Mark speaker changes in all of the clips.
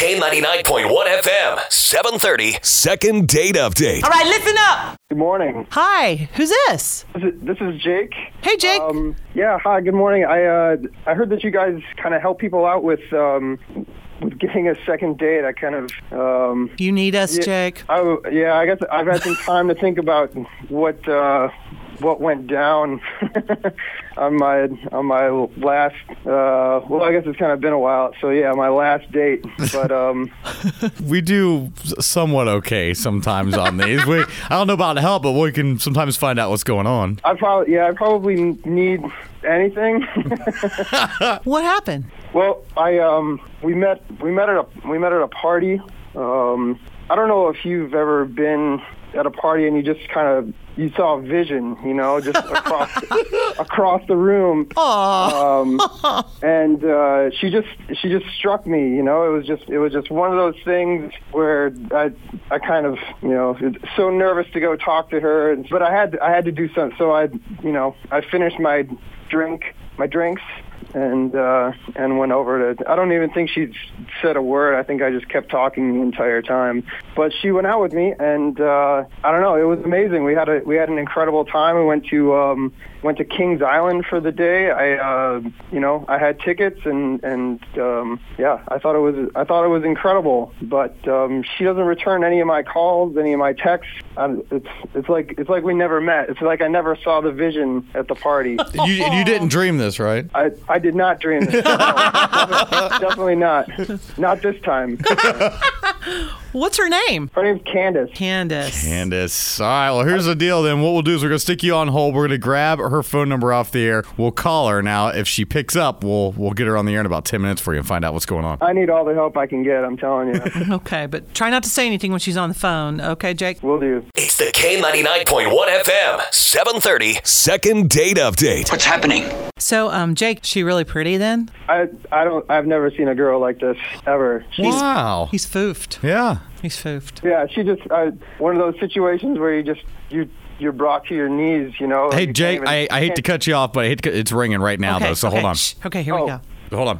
Speaker 1: K99.1 FM, 730.
Speaker 2: Second date update.
Speaker 3: All right, listen up.
Speaker 4: Good morning.
Speaker 3: Hi, who's this?
Speaker 4: This is, this is Jake.
Speaker 3: Hey, Jake.
Speaker 4: Um, yeah, hi. Good morning. I uh, I heard that you guys kind of help people out with um, with getting a second date. I kind of um,
Speaker 3: you need us, Jake.
Speaker 4: I, yeah. I guess I've had some time to think about what uh, what went down on my on my last. Uh, well, I guess it's kind of been a while. So yeah, my last date. But um,
Speaker 5: we do somewhat okay sometimes on these. we I don't know about help, but we can sometimes find out what's going on.
Speaker 4: I probably yeah I probably need anything.
Speaker 3: What happened?
Speaker 4: Well, I um, we met we met at a we met at a party. Um, I don't know if you've ever been at a party and you just kind of you saw a vision, you know, just across across the room. Um, and uh, she just she just struck me, you know. It was just it was just one of those things where I I kind of you know so nervous to go talk to her, and, but I had I had to do something. So I you know I finished my drink my drinks and uh and went over to I don't even think she said a word. I think I just kept talking the entire time. But she went out with me and uh I don't know, it was amazing. We had a we had an incredible time. We went to um went to Kings Island for the day. I uh you know, I had tickets and and um yeah, I thought it was I thought it was incredible, but um she doesn't return any of my calls, any of my texts. Um, it's it's like it's like we never met. It's like I never saw the vision at the party.
Speaker 5: You you didn't dream this, right?
Speaker 4: I, I did not dream this. No, definitely, definitely not. Not this time.
Speaker 3: What's her name?
Speaker 4: Her name's Candace.
Speaker 3: Candace.
Speaker 5: Candace. All right, well, here's the deal then. What we'll do is we're going to stick you on hold. We're going to grab her phone number off the air. We'll call her. Now, if she picks up, we'll we'll get her on the air in about 10 minutes for you and find out what's going on.
Speaker 4: I need all the help I can get, I'm telling you.
Speaker 3: Okay, but try not to say anything when she's on the phone. Okay, Jake.
Speaker 4: Will do.
Speaker 1: It's the K99.1 FM, 730.
Speaker 2: Second date update.
Speaker 6: What's happening?
Speaker 3: So, um, Jake, she really pretty then?
Speaker 4: I I don't I've never seen a girl like this ever. She,
Speaker 5: Wow.
Speaker 3: He's foofed.
Speaker 5: Yeah.
Speaker 3: He's foofed.
Speaker 4: yeah, she just uh, one of those situations where you just you you're brought to your knees, you know.
Speaker 5: Hey,
Speaker 4: You can't
Speaker 5: Jake,
Speaker 4: even-
Speaker 5: I, I hate to cut you off, but I hate to, cut- it's ringing right now,
Speaker 3: okay,
Speaker 5: though, so
Speaker 3: okay,
Speaker 5: hold on.
Speaker 3: shh. Okay, here we
Speaker 4: Oh.
Speaker 3: go.
Speaker 5: Hold on.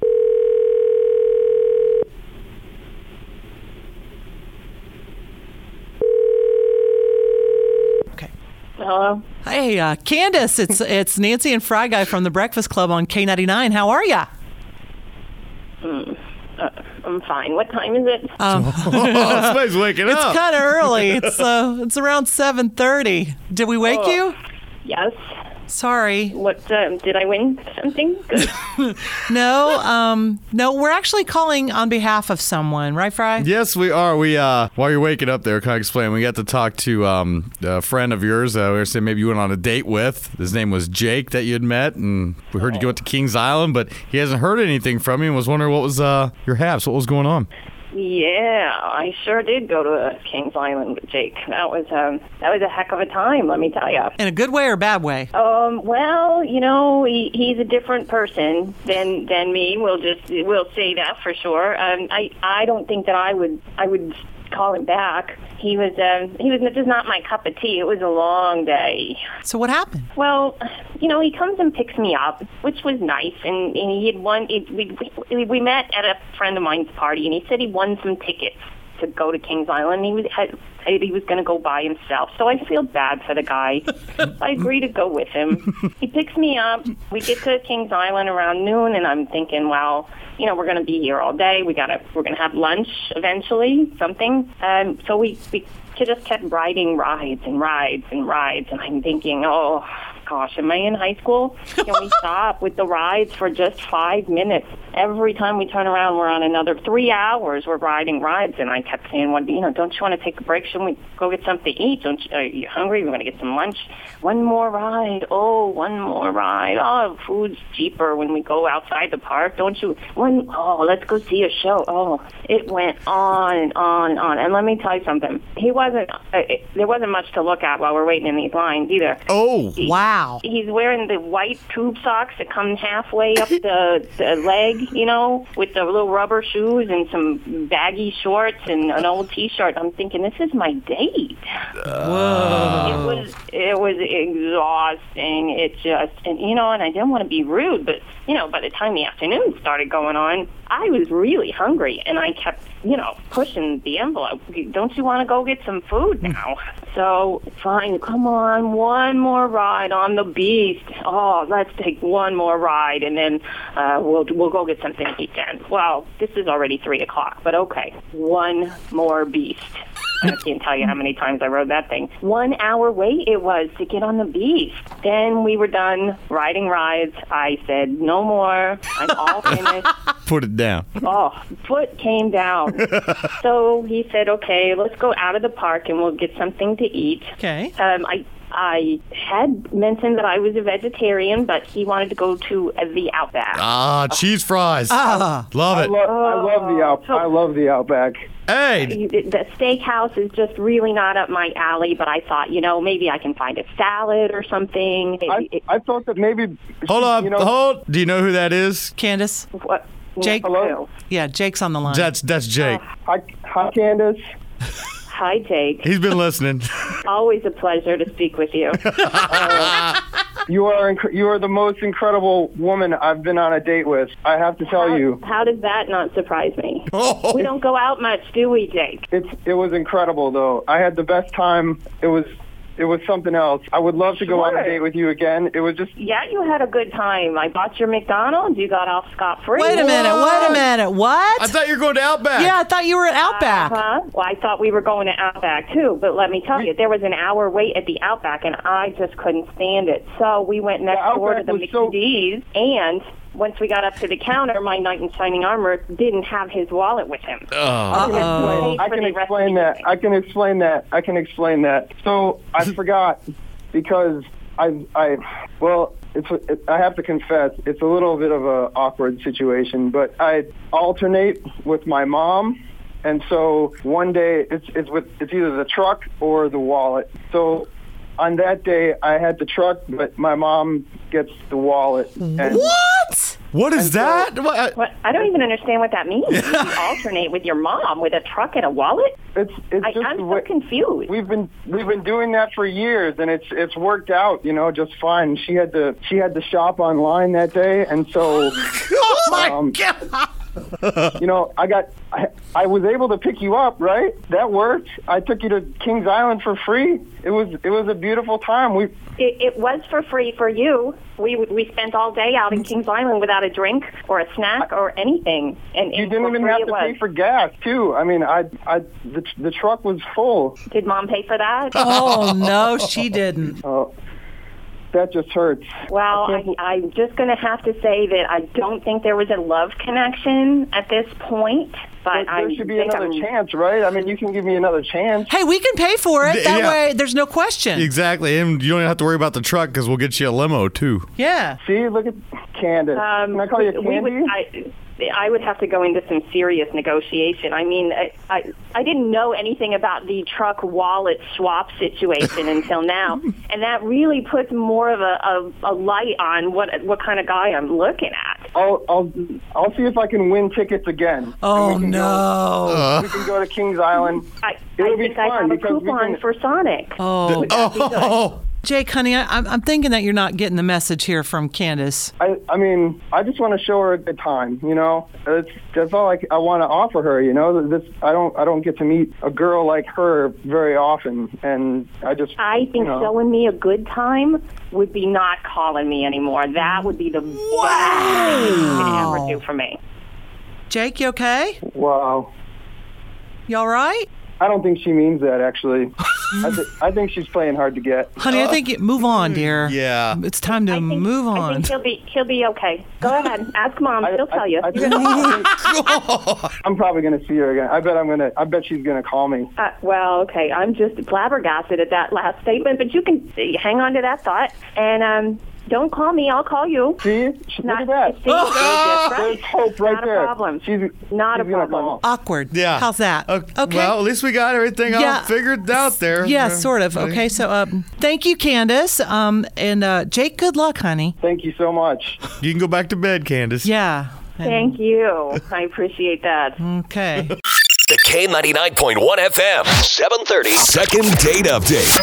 Speaker 3: Okay.
Speaker 7: Hello.
Speaker 3: Hey, uh, Candace, it's it's Nancy and Fry Guy from the Breakfast Club on K99. How are ya?
Speaker 7: I'm fine. What time is it?
Speaker 5: Oh, somebody's waking
Speaker 3: It's
Speaker 5: up.
Speaker 3: kind of early. It's uh, it's around 7:30. Did we wake
Speaker 5: Oh.
Speaker 3: you?
Speaker 7: yes.
Speaker 3: Sorry.
Speaker 7: What um, did I win something? Good.
Speaker 3: No, um, no, we're actually calling on behalf of someone, right, Fry?
Speaker 5: Yes, we are. We uh, while you're waking up there, can I explain? We got to talk to um, a friend of yours. Uh, we were saying maybe you went on a date with. His name was Jake that you had met, and we heard you went to Kings Island, but he hasn't heard anything from you. And was wondering what was uh, your haps, what was going on.
Speaker 7: yeah, I sure did go to Kings Island with Jake. That was um, that was a heck of a time, let me tell you.
Speaker 3: In a good way or bad way?
Speaker 7: Um, well, you know, he, he's a different person than than me. We'll just we'll say that for sure. Um, I I don't think that I would I would call him back. He was um, he was just not my cup of tea. It was a long day.
Speaker 3: So what happened?
Speaker 7: Well, you know, he comes and picks me up, which was nice. And, and he had won. It, we, we we met at a friend of mine's party, and he said he won some tickets to go to Kings Island. He was had, he was going to go by himself, so I feel bad for the guy. I agree to go with him. He picks me up. We get to Kings Island around noon, and I'm thinking, well, you know, we're going to be here all day. We gotta we're going to have lunch eventually, something. Um, so we. we she just kept riding rides and rides and rides, and I'm thinking, oh gosh, am I in high school? Can we stop with the rides for just five minutes? Every time we turn around, we're on another three hours. We're riding rides, and I kept saying, one, you know, don't you want to take a break? Shouldn't we go get something to eat? Don't you, are you hungry? We're going to get some lunch. One more ride. Oh, one more ride. Oh, food's cheaper when we go outside the park, don't you? One, oh, let's go see a show. Oh, it went on and on and on. And let me tell you something. He wasn't, uh, it, there wasn't much to look at while we're waiting in these lines either.
Speaker 5: Oh,
Speaker 3: Wow.
Speaker 7: He's wearing the white tube socks that come halfway up the, the leg, you know, with the little rubber shoes and some baggy shorts and an old T-shirt. I'm thinking, this is my date. Whoa! It was it was exhausting. It just and you know, and I didn't want to be rude, but you know, by the time the afternoon started going on, I was really hungry, and I kept, you know, pushing the envelope. Don't you want to go get some food now? so fine, come on, one more ride on the beast. Oh, let's take one more ride, and then uh, we'll we'll go get something to eat then. Well, this is already three o'clock, but okay, one more beast. I can't tell you how many times I rode that thing. One hour wait it was to get on the beast. Then we were done riding rides. I said, no more. I'm all finished.
Speaker 5: Put it down.
Speaker 7: Oh, foot came down. so he said, okay, let's go out of the park and we'll get something to eat.
Speaker 3: Okay.
Speaker 7: Um, I I had mentioned that I was a vegetarian, but he wanted to go to the Outback.
Speaker 5: Ah, cheese fries. Ah, love it.
Speaker 4: Lo-
Speaker 7: Oh,
Speaker 4: I love the out. I love the Outback.
Speaker 5: Hey,
Speaker 7: the steakhouse is just really not up my alley, but I thought, you know, maybe I can find a salad or something.
Speaker 4: I,
Speaker 7: It- it-
Speaker 4: I thought that maybe.
Speaker 5: hold up,
Speaker 4: You know,
Speaker 5: hold. Do you know who that is?
Speaker 3: Candace.
Speaker 7: what-
Speaker 3: Jake.
Speaker 4: Hello?
Speaker 3: Yeah, Jake's on the line.
Speaker 5: That's that's Jake.
Speaker 4: hi, hi, Candace.
Speaker 7: Hi, Jake.
Speaker 5: He's been listening.
Speaker 7: Always a pleasure to speak with you.
Speaker 4: You are inc- you are the most incredible woman I've been on a date with. I have to tell
Speaker 7: how,
Speaker 4: you,
Speaker 7: how does that not surprise me? We
Speaker 5: Oh,
Speaker 7: don't go out much, do we, Jake?
Speaker 4: it's it was incredible though. I had the best time. It was it was something else. I would love to go on a
Speaker 7: Sure.
Speaker 4: date with you again. It was just
Speaker 7: Yeah, you had a good time. I bought your McDonald's. You got off scot free.
Speaker 3: Wait a minute. Wait a minute. What?
Speaker 5: I thought you were going to Outback.
Speaker 3: yeah, I thought you were at Outback.
Speaker 7: Huh? Well, I thought we were going to Outback too, but let me tell you, there was an hour wait at the Outback, and I just couldn't stand it. So we went next
Speaker 4: The
Speaker 7: door to
Speaker 4: Outback
Speaker 7: the
Speaker 4: was so-
Speaker 7: McD's, and once we got up to the counter, my knight in shining armor didn't have his wallet with him.
Speaker 3: Uh-oh.
Speaker 4: I can explain that. I can explain that. I can explain that. So I forgot because I I well it's it, I have to confess it's a little bit of a awkward situation, but I alternate with my mom. And so one day it's it's with it's either the truck or the wallet. So on that day I had the truck, but my mom gets the wallet.
Speaker 7: Mm-hmm.
Speaker 4: And
Speaker 3: What?
Speaker 5: What is that? What- I-
Speaker 7: What? I don't even understand what that means. you alternate with your mom with a truck and a wallet.
Speaker 4: It's it's
Speaker 7: I,
Speaker 4: just
Speaker 7: I'm
Speaker 4: the
Speaker 7: so
Speaker 4: way-
Speaker 7: confused.
Speaker 4: We've been we've been doing that for years, and it's it's worked out, you know, just fine. She had to she had to shop online that day, and so
Speaker 5: oh my
Speaker 4: Um,
Speaker 5: god!
Speaker 4: you know, I got I, I was able to pick you up, right? That worked. I took you to Kings Island for free. It was it was a beautiful time. We
Speaker 7: It, it was for free for you. We we spent all day out
Speaker 4: Mm-hmm.
Speaker 7: in Kings Island without a drink or a snack or anything, and,
Speaker 4: you
Speaker 7: and
Speaker 4: didn't
Speaker 7: for
Speaker 4: even
Speaker 7: free
Speaker 4: have
Speaker 7: it
Speaker 4: to
Speaker 7: was.
Speaker 4: pay for gas too. I mean, I I the the truck was full.
Speaker 7: Did mom pay for that?
Speaker 3: Oh no, she didn't.
Speaker 4: Oh, that just hurts.
Speaker 7: well, I, I'm just going to have to say that I don't think there was a love connection at this point.
Speaker 4: There,
Speaker 7: But
Speaker 4: there
Speaker 7: I
Speaker 4: should be
Speaker 7: think
Speaker 4: another
Speaker 7: I'm-
Speaker 4: chance, right? I mean, you can give me another chance.
Speaker 3: Hey, we can pay for it. That
Speaker 5: Yeah.
Speaker 3: way, there's no question.
Speaker 5: Exactly, and you don't have to worry about the truck because we'll get you a limo too.
Speaker 3: Yeah.
Speaker 4: See, look at Candace.
Speaker 7: Um,
Speaker 4: Can I call you Candy?
Speaker 7: we would, I, I would have to go into some serious negotiation. I mean, I, I, I didn't know anything about the truck wallet swap situation until now, and that really puts more of a, a, a light on what what kind of guy I'm looking at.
Speaker 4: I'll, I'll I'll see if I can win tickets again.
Speaker 3: Oh
Speaker 4: And we can
Speaker 3: no.
Speaker 4: Go, we can go to Kings Island.
Speaker 7: I,
Speaker 4: It'll
Speaker 7: I
Speaker 4: be
Speaker 7: think I
Speaker 4: fun
Speaker 7: have a
Speaker 4: because we
Speaker 7: coupon
Speaker 4: can-
Speaker 7: for Sonic.
Speaker 3: Oh,
Speaker 5: Oh,
Speaker 3: Jake, honey, I, I'm, I'm thinking that you're not getting the message here from Candace.
Speaker 4: I I mean I just want to show her a good time. You know, that's that's all I, c- I want to offer her. You know, this I don't I don't get to meet a girl like her very often, and I just
Speaker 7: I
Speaker 4: you
Speaker 7: think
Speaker 4: know,
Speaker 7: showing me a good time would be not calling me anymore. That would be the best thing you could ever do for me.
Speaker 3: Jake, you okay?
Speaker 4: Wow.
Speaker 3: You all right?
Speaker 4: I don't think she means that actually. I, th- I think she's playing hard to get.
Speaker 3: Honey, I think you, move on, dear.
Speaker 5: Uh, yeah.
Speaker 3: It's time to
Speaker 7: I think-
Speaker 3: move
Speaker 7: I
Speaker 3: on.
Speaker 7: think he'll be he'll be okay. Go ahead, ask mom.
Speaker 4: I,
Speaker 7: She'll
Speaker 4: I-
Speaker 7: tell you.
Speaker 4: I think- I'm probably gonna see her again. I bet I'm gonna. I bet she's gonna call me.
Speaker 7: Uh, well, okay, I'm just flabbergasted at that last statement, but you can uh, hang on to that thought and um, don't call me. I'll call you.
Speaker 4: See, she, look
Speaker 7: Not,
Speaker 4: at that.
Speaker 7: see, you're just right.
Speaker 4: There's hope right
Speaker 7: Not a
Speaker 4: there.
Speaker 7: problem.
Speaker 4: She's
Speaker 7: Not a
Speaker 4: she's gonna
Speaker 7: problem.
Speaker 4: call.
Speaker 3: Awkward.
Speaker 5: yeah.
Speaker 3: How's that?
Speaker 5: Okay. Well, at least we got everything
Speaker 3: Yeah.
Speaker 5: all figured out there.
Speaker 3: yeah, sort of. Okay, so um, thank you, Candace. Um, and uh, Jake, good luck, honey.
Speaker 4: Thank you so much.
Speaker 5: You can go back to bed, Candace.
Speaker 3: Yeah.
Speaker 7: Thank you. I appreciate that.
Speaker 3: Okay.
Speaker 1: The K99.1 FM, 730.
Speaker 2: Second date update.